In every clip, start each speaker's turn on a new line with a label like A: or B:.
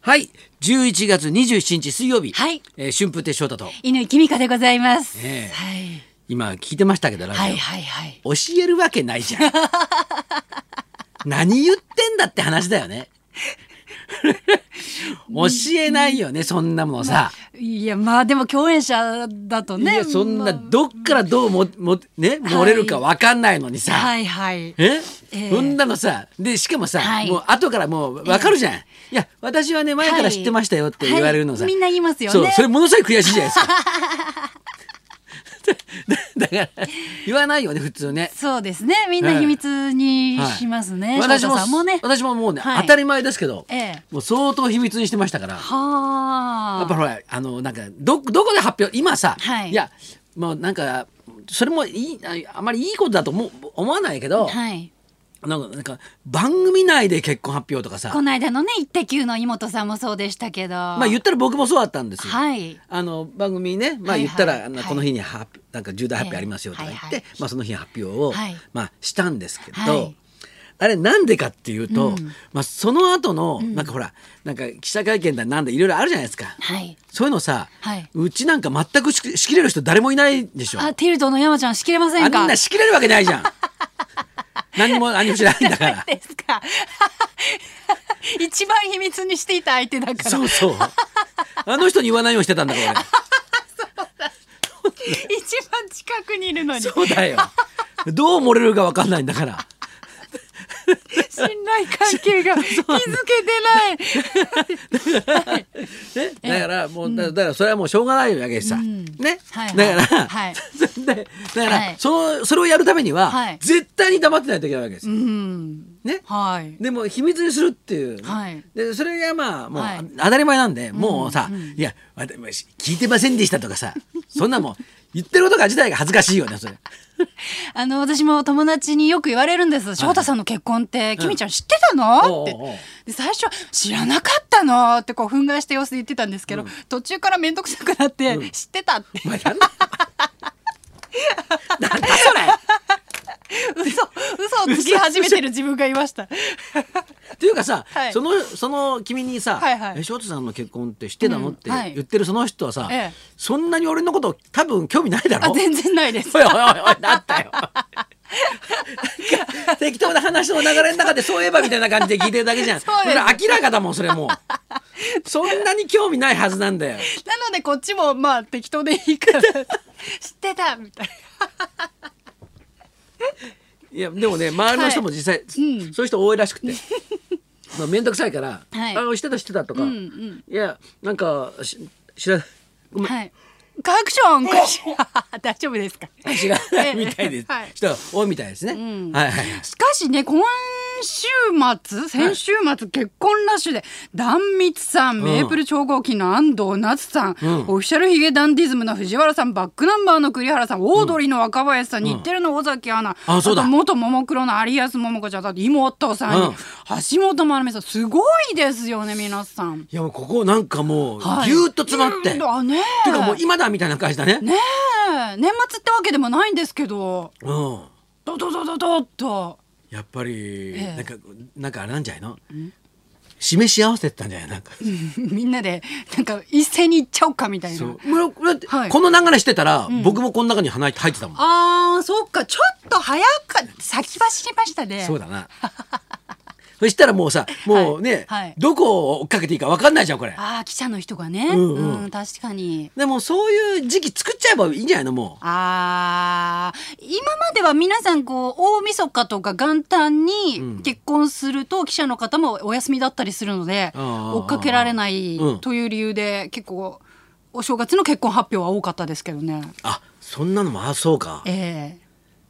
A: はい11月27日水曜日、
B: はい
A: えー春風亭昇太と、
B: 犬きみかでございます。
A: ねえ
B: はい。
A: 今聞いてましたけどラジオ、
B: はいはいはい。
A: 教えるわけないじゃ ん何言ってんだって話だよね教えないよねそんなものさ、
B: いやまあでも共演者だとね。
A: いやそんな
B: ま
A: どっからどうももね漏れるかわかんないのにさ、
B: あはいはい。
A: え
B: ええ
A: そんなのさでしかもさ、
B: はい
A: もう後からもう分かるじゃん、いや私はね前から知ってましたよって言われるのさ、
B: はいはいみんな言いますよね
A: そうそれものすごい悔しいじゃない ですかだだから言わないよね普通ね
B: そうですね。みんな秘密にしますね。
A: はい私
B: 翔
A: も
B: 太さんもね。
A: 私ももうね、
B: はい
A: 当たり前ですけど、
B: ええ
A: もう相当秘密にしてましたからやっぱ
B: はあ。
A: ほらあのなんかどどこで発表今さ、
B: はい
A: やもうなんかそれもいいああまりいいことだと思う思わないけど、
B: はい。
A: なんかなんか番組内で結婚発表とかさ
B: この間のねイッテ Q の妹さんもそうでしたけど。ま
A: まあ言ったら僕もそうだったんですよ。
B: はい。
A: あの番組ね、まあ、
B: はいはい
A: 言ったら、あの
B: はい
A: この日に発表なんか重大発表ありますよとか言って、
B: ええはいはい
A: まあ、その日発表を、
B: はい
A: まあ、したんですけど、
B: はい
A: あれなんでかっていうと、
B: うん
A: まあ、その後の、なんかほらなんか記者会見だなんだいろいろあるじゃないですか
B: はい。
A: そういうのさ、
B: はいう
A: ちなんか全くし仕切れる人誰もいないでしょ
B: あティルトの山ちゃんしきれませ
A: あ
B: ん
A: ん
B: か。
A: な仕切れるわけない じゃん何も何もしないんだから
B: ですか。 一番秘密にしていた相手だから。
A: そう そうあの人に言わないようにしてたんだから俺。
B: 一番近くにいるのに信
A: そうだよ。どう漏れるかわかんないんだから。
B: 頼関係 が気づけてない。
A: ね、だからもうだだからそれはもうしょうがないわけさ。
B: ん
A: ね
B: はいは、い
A: だから、
B: はい
A: それでだか
B: は
A: ら
B: い
A: そのそれをやるために
B: は
A: はい絶対に黙ってないといけないわけです
B: う。ん。
A: ね。
B: はい。
A: でも秘密にするっていう、
B: はい
A: でそれがまあもう
B: はい
A: 当たり前なんで、もうさ、いや私聞いてませんでしたとかさそんなもう言ってることが自体が恥ずかしいよねそれ
B: あの私も友達によく言われるんです。翔太さんの結婚って、きみちゃん知ってたの、
A: おう
B: って
A: おうおう。
B: で最初知らなかったのってこう憤慨した様子で言ってたんですけど、途中から面倒くさくなって、知ってたって
A: お前なんだなんだそれ
B: 嘘嘘をつき始めてる自分がいました。
A: っていうかさ、
B: はい
A: そのその君にさ
B: はいはい
A: え翔太さんの結婚って知ってたの?」
B: うん
A: って
B: はい
A: 言ってるその人はさ、
B: ええ
A: そんなに俺のこと多分興味ないだろ
B: あ全然ないです
A: お。いおいおいおいだったよなんか適当な話の流れの中でそういえばみたいな感じで聞いてるだけじゃん
B: そうです
A: れ明らかだもんそれもうそんなに興味ないはずなんだよ
B: なのでこっちもまあ適当でいいから知ってたみたい
A: いやでもね周りの人も実際、
B: うん
A: そういう人多いらしくてまあ面倒くさいから「
B: はい
A: あ知ってた知ってた」とか、
B: うんうん
A: いやなんかし知らごめん
B: な。はい。カークションカクション 大丈夫ですか。
A: 知らないみたいです。
B: ええはい
A: 人が多いみたいですね。
B: ん
A: はいはい。
B: しかしね今週末先週末結婚ラッシュで壇蜜さん、メープル超合金の安藤夏
A: ん
B: さん、オフィシャルヒゲダンディズムの藤原さんバックナンバーの栗原さんオードリーの若林さん、日テレの尾崎アナ、
A: あそうだ
B: と元ももクロの有安桃子ちゃんだって妹さんに、
A: うん
B: 橋本まなみさんすごいですよね皆さん。
A: いやもうここなんかもうぎ
B: はい
A: ゅーっと詰まって、っ
B: ぎゅーっとあねえ
A: ていうかもう今だみたいな感じだね。
B: ねえ年末ってわけでもないんですけど
A: うん。
B: ドドドドドッと
A: やっぱり、
B: え
A: な
B: え
A: んかなんかあれなんじゃないの？示し合わせてたんじゃないなんか。
B: みんなでなんか一斉に行っちゃおうかみたい
A: そ
B: な
A: う。これこれって、
B: はい
A: この流れしてたら、僕もこの中に鼻入ってたもん。
B: あーそっかちょっと早か先走りましたね
A: そうだ な。そしたらもうさ、もうね、
B: はいはい
A: どこを追っかけていいかわかんないじゃんこれ。
B: あー記者の人がね、
A: う
B: うんん
A: うん
B: 確かに
A: でもそういう時期作っちゃえばいいんじゃないのもう。
B: あー今までは皆さんこう大晦日とか元旦
A: うん
B: に結婚すると記者の方もお休みだったりするので
A: あー
B: 追っかけられない
A: うん
B: という理由で結構お正月の結婚発表は多かったですけどね。
A: あ、そんなのもあそうか。
B: ええ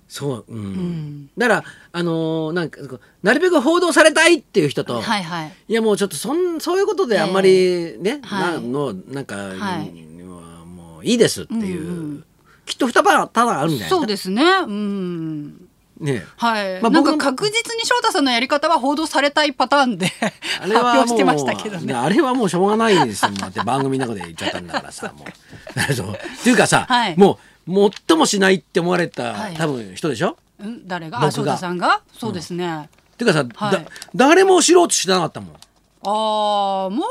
A: そう、うん。
B: ん
A: だから、あのーなんかこう、なるべく報道されたいっていう人と。
B: はいはい。
A: いや、もう、ちょっと、そん、そういうことで、あんまり、ね、
B: は
A: な
B: い
A: の、なんか、
B: はい
A: うんもういいですっていう。
B: うんう
A: きっと二パターンあるんじゃない
B: そう
A: で
B: ですね。うん。
A: ね
B: はい。
A: まあ
B: なん
A: 僕も
B: か確実に翔太さんのやり方は報道されたいパターンで
A: あ
B: 発
A: れは
B: 表
A: も
B: し
A: う
B: てましたけどね。
A: あれはもうしょうがないですよ。だ って番組の中で言っちゃったんだからさ、もう。 そう。っていうかさ、
B: はい
A: もう、最もしないって思われた、
B: はい
A: 多分人でしょ
B: うん誰が
A: 僕が
B: あ翔太さんがそうですね。
A: っていうかさ、
B: はい
A: だ誰も知ろうとしてなかったもん。
B: ああも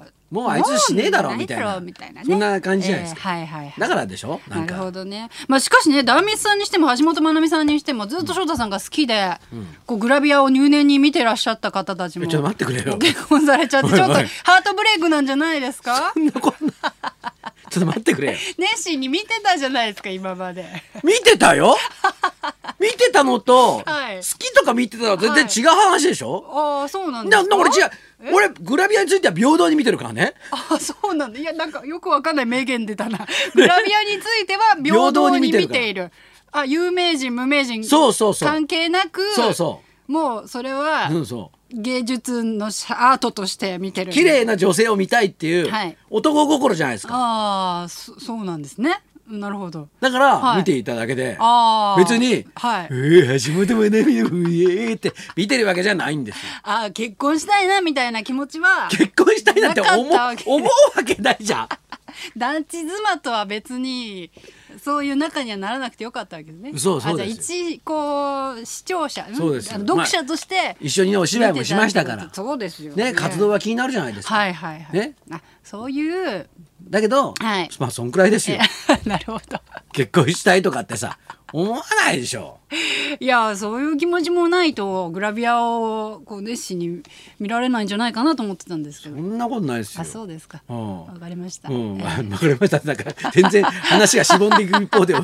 B: う
A: もうあいつ死ねえだろ
B: もう
A: みたいな
B: みたいなね
A: そんな感じじゃないですか、
B: えーはいはいはい
A: だからでしょな
B: なんる
A: か
B: ほどね、まあ、しかしね壇蜜さんにしても橋本まなみさんにしてもずっと翔太さんが好きで、こうグラビアを入念に見てらっしゃった方たちも
A: えちょっと待ってくれよ
B: 結婚されちゃってちょっと
A: おいおい
B: ハートブレイクなんじゃないですか
A: そんなこんなちょっと待ってくれよ
B: 熱心に見てたじゃないですか今まで。
A: 見てた よ見てたのと、
B: はい
A: 好きとか見てたのと全然違う話でしょ、
B: ああそうなんで
A: だ
B: す
A: だ
B: か
A: 俺違う俺グラビアについては平等に見てるからね
B: あそうなんだいやなんかよくわかんない名言出たなグラビアについては平等に見てい る
A: 平等に見て
B: あ有名人無名人
A: そうそうそう
B: 関係なく
A: そうそ
B: もうそれは
A: うんそう
B: 芸術のしアートとして見てる
A: 綺麗な女性を見たいっていう、
B: はい
A: 男心じゃないですか
B: ああそそうなんですねなるほど
A: だから、
B: はい
A: 見ていただけで
B: あー
A: 別に「
B: はい
A: えー、橋本まなみのええ」って見てるわけじゃないんですよ
B: ああ結婚したいなみ たいな気持ちは
A: 結婚したいなんて思う
B: なかったわけ
A: 思うわけないじゃ ん
B: 団地妻とは別にそういう仲にはならなくてよかったわけですね
A: そうそう
B: あじゃあ
A: です
B: 一こう視聴者ん
A: そうですよ
B: あの読者として
A: 一緒にねお芝居もしましたから
B: 見てたってことそうですよ
A: ね活動は気になるじゃないですか、
B: はいはいはい、
A: ね
B: あそういう
A: だけど、
B: はい
A: まあそんくらいですよ
B: なるほど
A: 結婚したいとかってさ思わないでしょ
B: いやそういう気持ちもないとグラビアをこう熱心に見られないんじゃないかなと思ってたんですけ
A: そ
B: ど
A: んなことないですよ
B: あそうですか
A: うん
B: わかりました、
A: うん、
B: え
A: わわかりました。なんか、全然話がしぼんでいく一 方で、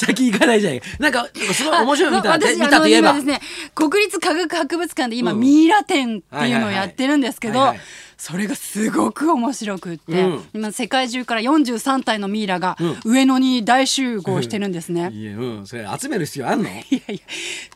A: 先行かないじゃないか。なんか、すごい面白いの見た、
B: あ
A: で
B: 私
A: 見たといえ
B: あ
A: ば
B: の今。ですね国立科学博物館で今、
A: うん
B: ミイラ展っていうのをやってるんですけ
A: はい
B: ど、
A: はいはいはい
B: それがすごく面白くって、
A: うん
B: 今世界中から43体のミイラが上野に大集合してるんですね。
A: いや、うん、それ集める必要あんの
B: いやいや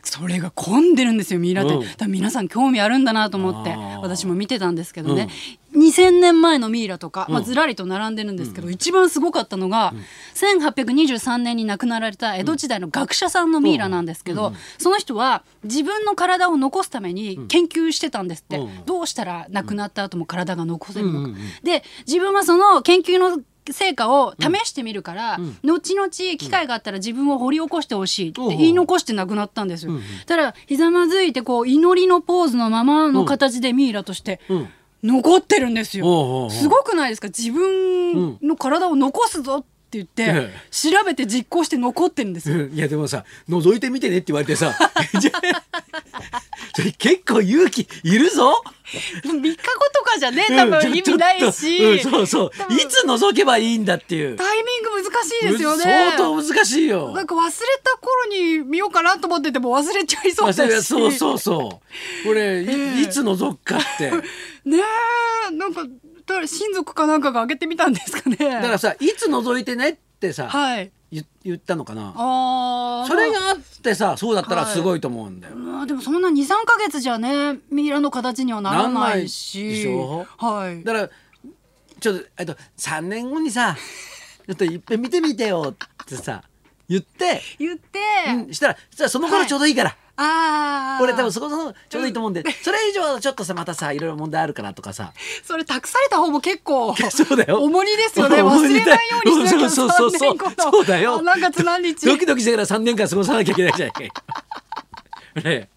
B: それが混んでるんですよミイラ展、
A: うん
B: だから皆さん興味あるんだなと思って
A: あー
B: 私も見てたんですけどね、2000年前のミイラとか、まあ、ずらりと並んでるんですけど、一番すごかったのが、1823年に亡くなられた江戸時代の学者さんのミイラなんですけど、その人は自分の体を残すために研究してたんですって、
A: うん
B: どうしたら亡くなった後も体が残せるのか。
A: うんうんうん
B: で自分はその研究の成果を試してみるから、後々機会があったら自分を掘り起こしてほしいって言い残して亡くなったんですよ。ただひざまずいてこう祈りのポーズのままの形でミイラとして
A: うん
B: 残ってるんですよ。
A: おうおうおう
B: すごくないですか自分の体を残すぞって言って、
A: え
B: 調べて実行して残ってるんですよ。
A: うんいや、でもさ、覗いてみてねって言われてさ、 じゃ それ結構勇気いるぞ。
B: 3日後とかじゃね多分
A: うん
B: 意
A: ちょ
B: 味ないし、
A: ちょっとうんそう
B: 多
A: そう。
B: 分
A: いつ覗けばいいんだっていう。
B: タイミング難しいですよね。
A: 相当難しいよ。
B: なんか忘れた頃に見ようかなと思ってても忘れちゃいそうだし
A: 忘れそうそうそう。これ、いいつ覗くかって。
B: ねえなんか誰親族かなんかが開けてみたんですかね
A: だからさ、いつ覗いてねってさ、
B: はい
A: 言言ったのかな
B: あー
A: それ
B: ま
A: があってさそうだったら
B: はい
A: すごいと思うんだよ、
B: あまあでもそんな23か月じゃねミイラの形にはならないし
A: なんないでしょ
B: はい
A: だからちょっとえっと3年後にさ「ちょっといっぺん見てみてよ」ってさ言って
B: 言って、
A: うんしたらしたらその頃ちょうどいいから、
B: ああ
A: 俺多分そこそこちょうどいいと思うんで、それ以上ちょっとさまたさいろいろ問題あるからとかさ
B: それ託された方も結構
A: そうだよ
B: 重荷ですよね
A: 重
B: 忘
A: 荷
B: れ
A: だ
B: ないようにしなきゃ
A: そうそうそうそう
B: 3年後の
A: そうだよ
B: 何月何日
A: ドキドキしながら3年間過ごさなきゃいけないじゃないかね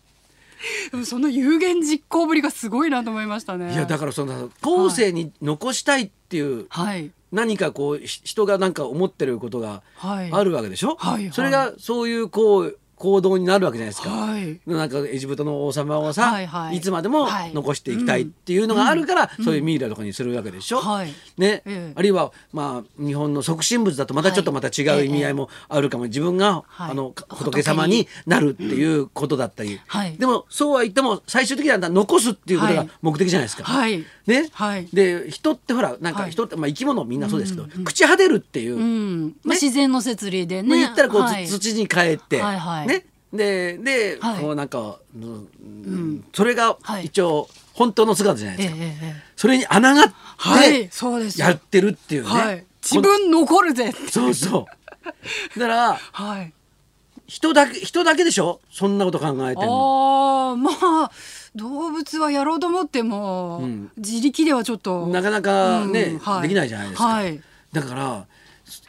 B: でもその有言実行ぶりがすごいなと思いましたね
A: いやだからその後世に残したいっていう
B: はい
A: 何かこうひ人がなんか思ってることが
B: はい
A: あるわけでしょ、
B: はいはい
A: それがそういうこう行動になるわけじゃないですか。
B: はい
A: なんかエジプトの王様をさ、
B: はい
A: い
B: はい
A: つまでも
B: はい
A: 残していきたいっていうのがあるから、そういうミイラとかにするわけでしょ。
B: はい
A: ね
B: ええ
A: あるいは、まあ、日本の即身仏だとまたちょっと
B: は
A: ま
B: い
A: た違う意味合いもあるかも、自分が、
B: はい
A: あのか
B: 仏
A: 仏
B: に
A: 様になるっていうことだったり、
B: はい
A: でもそうは言っても最終的には残すっていうこと
B: は
A: が
B: い
A: 目的じゃないですか。
B: はい
A: ね
B: はい
A: で人ってほらなん
B: は
A: か
B: い
A: 人って、まあ、生き物みんなそうですけど、朽ち果てるっていう、
B: うんまあ、
A: ね
B: 自然の摂理で
A: まあ
B: ね。
A: 言ったらこう、
B: はい
A: 土に帰って、
B: はいはい
A: ねでで、
B: はい
A: こうなんか、うんそれが
B: はい
A: 一応本当の姿じゃないで
B: ええ
A: すか、
B: ええ
A: それに穴があっ
B: はい、
A: て
B: そうですよ。
A: やってるっていうね、
B: はい、自
A: こ
B: 分残るぜって。
A: のそうそうだから
B: はい。
A: 人だけ人だけでしょそんなこと考えて
B: あ
A: るの
B: あー、まあ動物はやろうと思っても、自力ではちょっと
A: なかなかね、
B: うんはい
A: できないじゃないですか、
B: はい
A: だから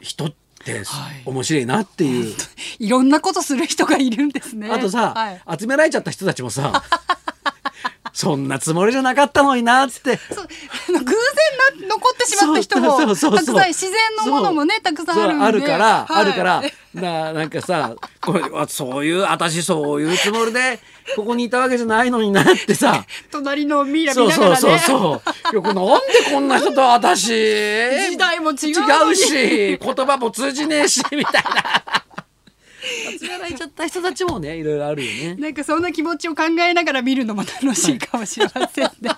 A: 人ってす
B: はい
A: 面白いなっていう、
B: いろんなことする人がいるんですね。
A: あとさ、
B: はい、
A: 集められちゃった人たちもさそんなつもりじゃなかったのになって
B: そうあの偶然な残ってしまった人も
A: そうそうそうそう
B: たくさん自然のものもねたくさんあるんで
A: そうから、
B: はい
A: あるからななんかさこれあそういう私そういうつもりでここにいたわけじゃないのになってさ
B: 隣のミイラ見
A: そう
B: ながら
A: そう
B: ね
A: そうそうよくなんでこんな人と私時
B: 時代も違う
A: 違うし言葉も通じねえしみたいな働いちゃった人たちもねいろいろあるよね。
B: なんかそんな気持ちを考えながら見るのも楽しいかもしれません ね。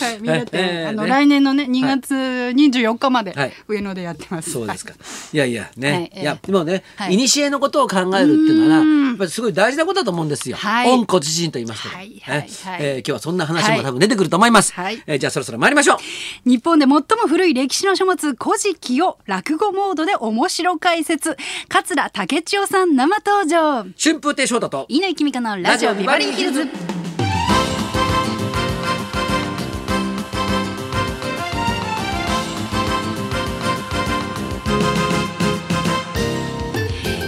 B: はい、みんなって、
A: えー
B: あの、
A: ね
B: 来年のね2月24日まで、
A: はい
B: 上野でやってます。
A: そうですか
B: は。
A: いやいやね、
B: はい
A: いやでもね、
B: はい
A: い、古のことを考えるっていうのはな、
B: うん
A: やっぱりすごい大事なことだと思うんですよ。
B: はい
A: 恩子自身と言いますと、
B: はいはいはい
A: ねえー今日はそんな話も多分出てくると思います。
B: はい
A: えーじゃあそろそろ参りましょう。
B: い日本で最も古い歴史の書物「古事記」を落語モードで面白解説桂竹千代さん生登場
A: 春風亭昇太と
B: 乾きみかのラジオビバリーヒルズ。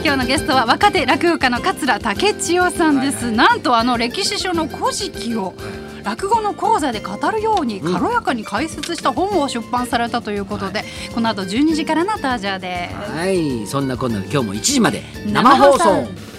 B: 今日のゲストは若手落語家の桂竹千代さんです、なんとあの歴史書の古事記を落語の講座で語るように軽やかに解説した本を出版されたということで、この後12時からの登場です
A: はい、そんなこんなで今日も1時まで
B: 生
A: 生
B: 放
A: 放
B: 送
A: 送。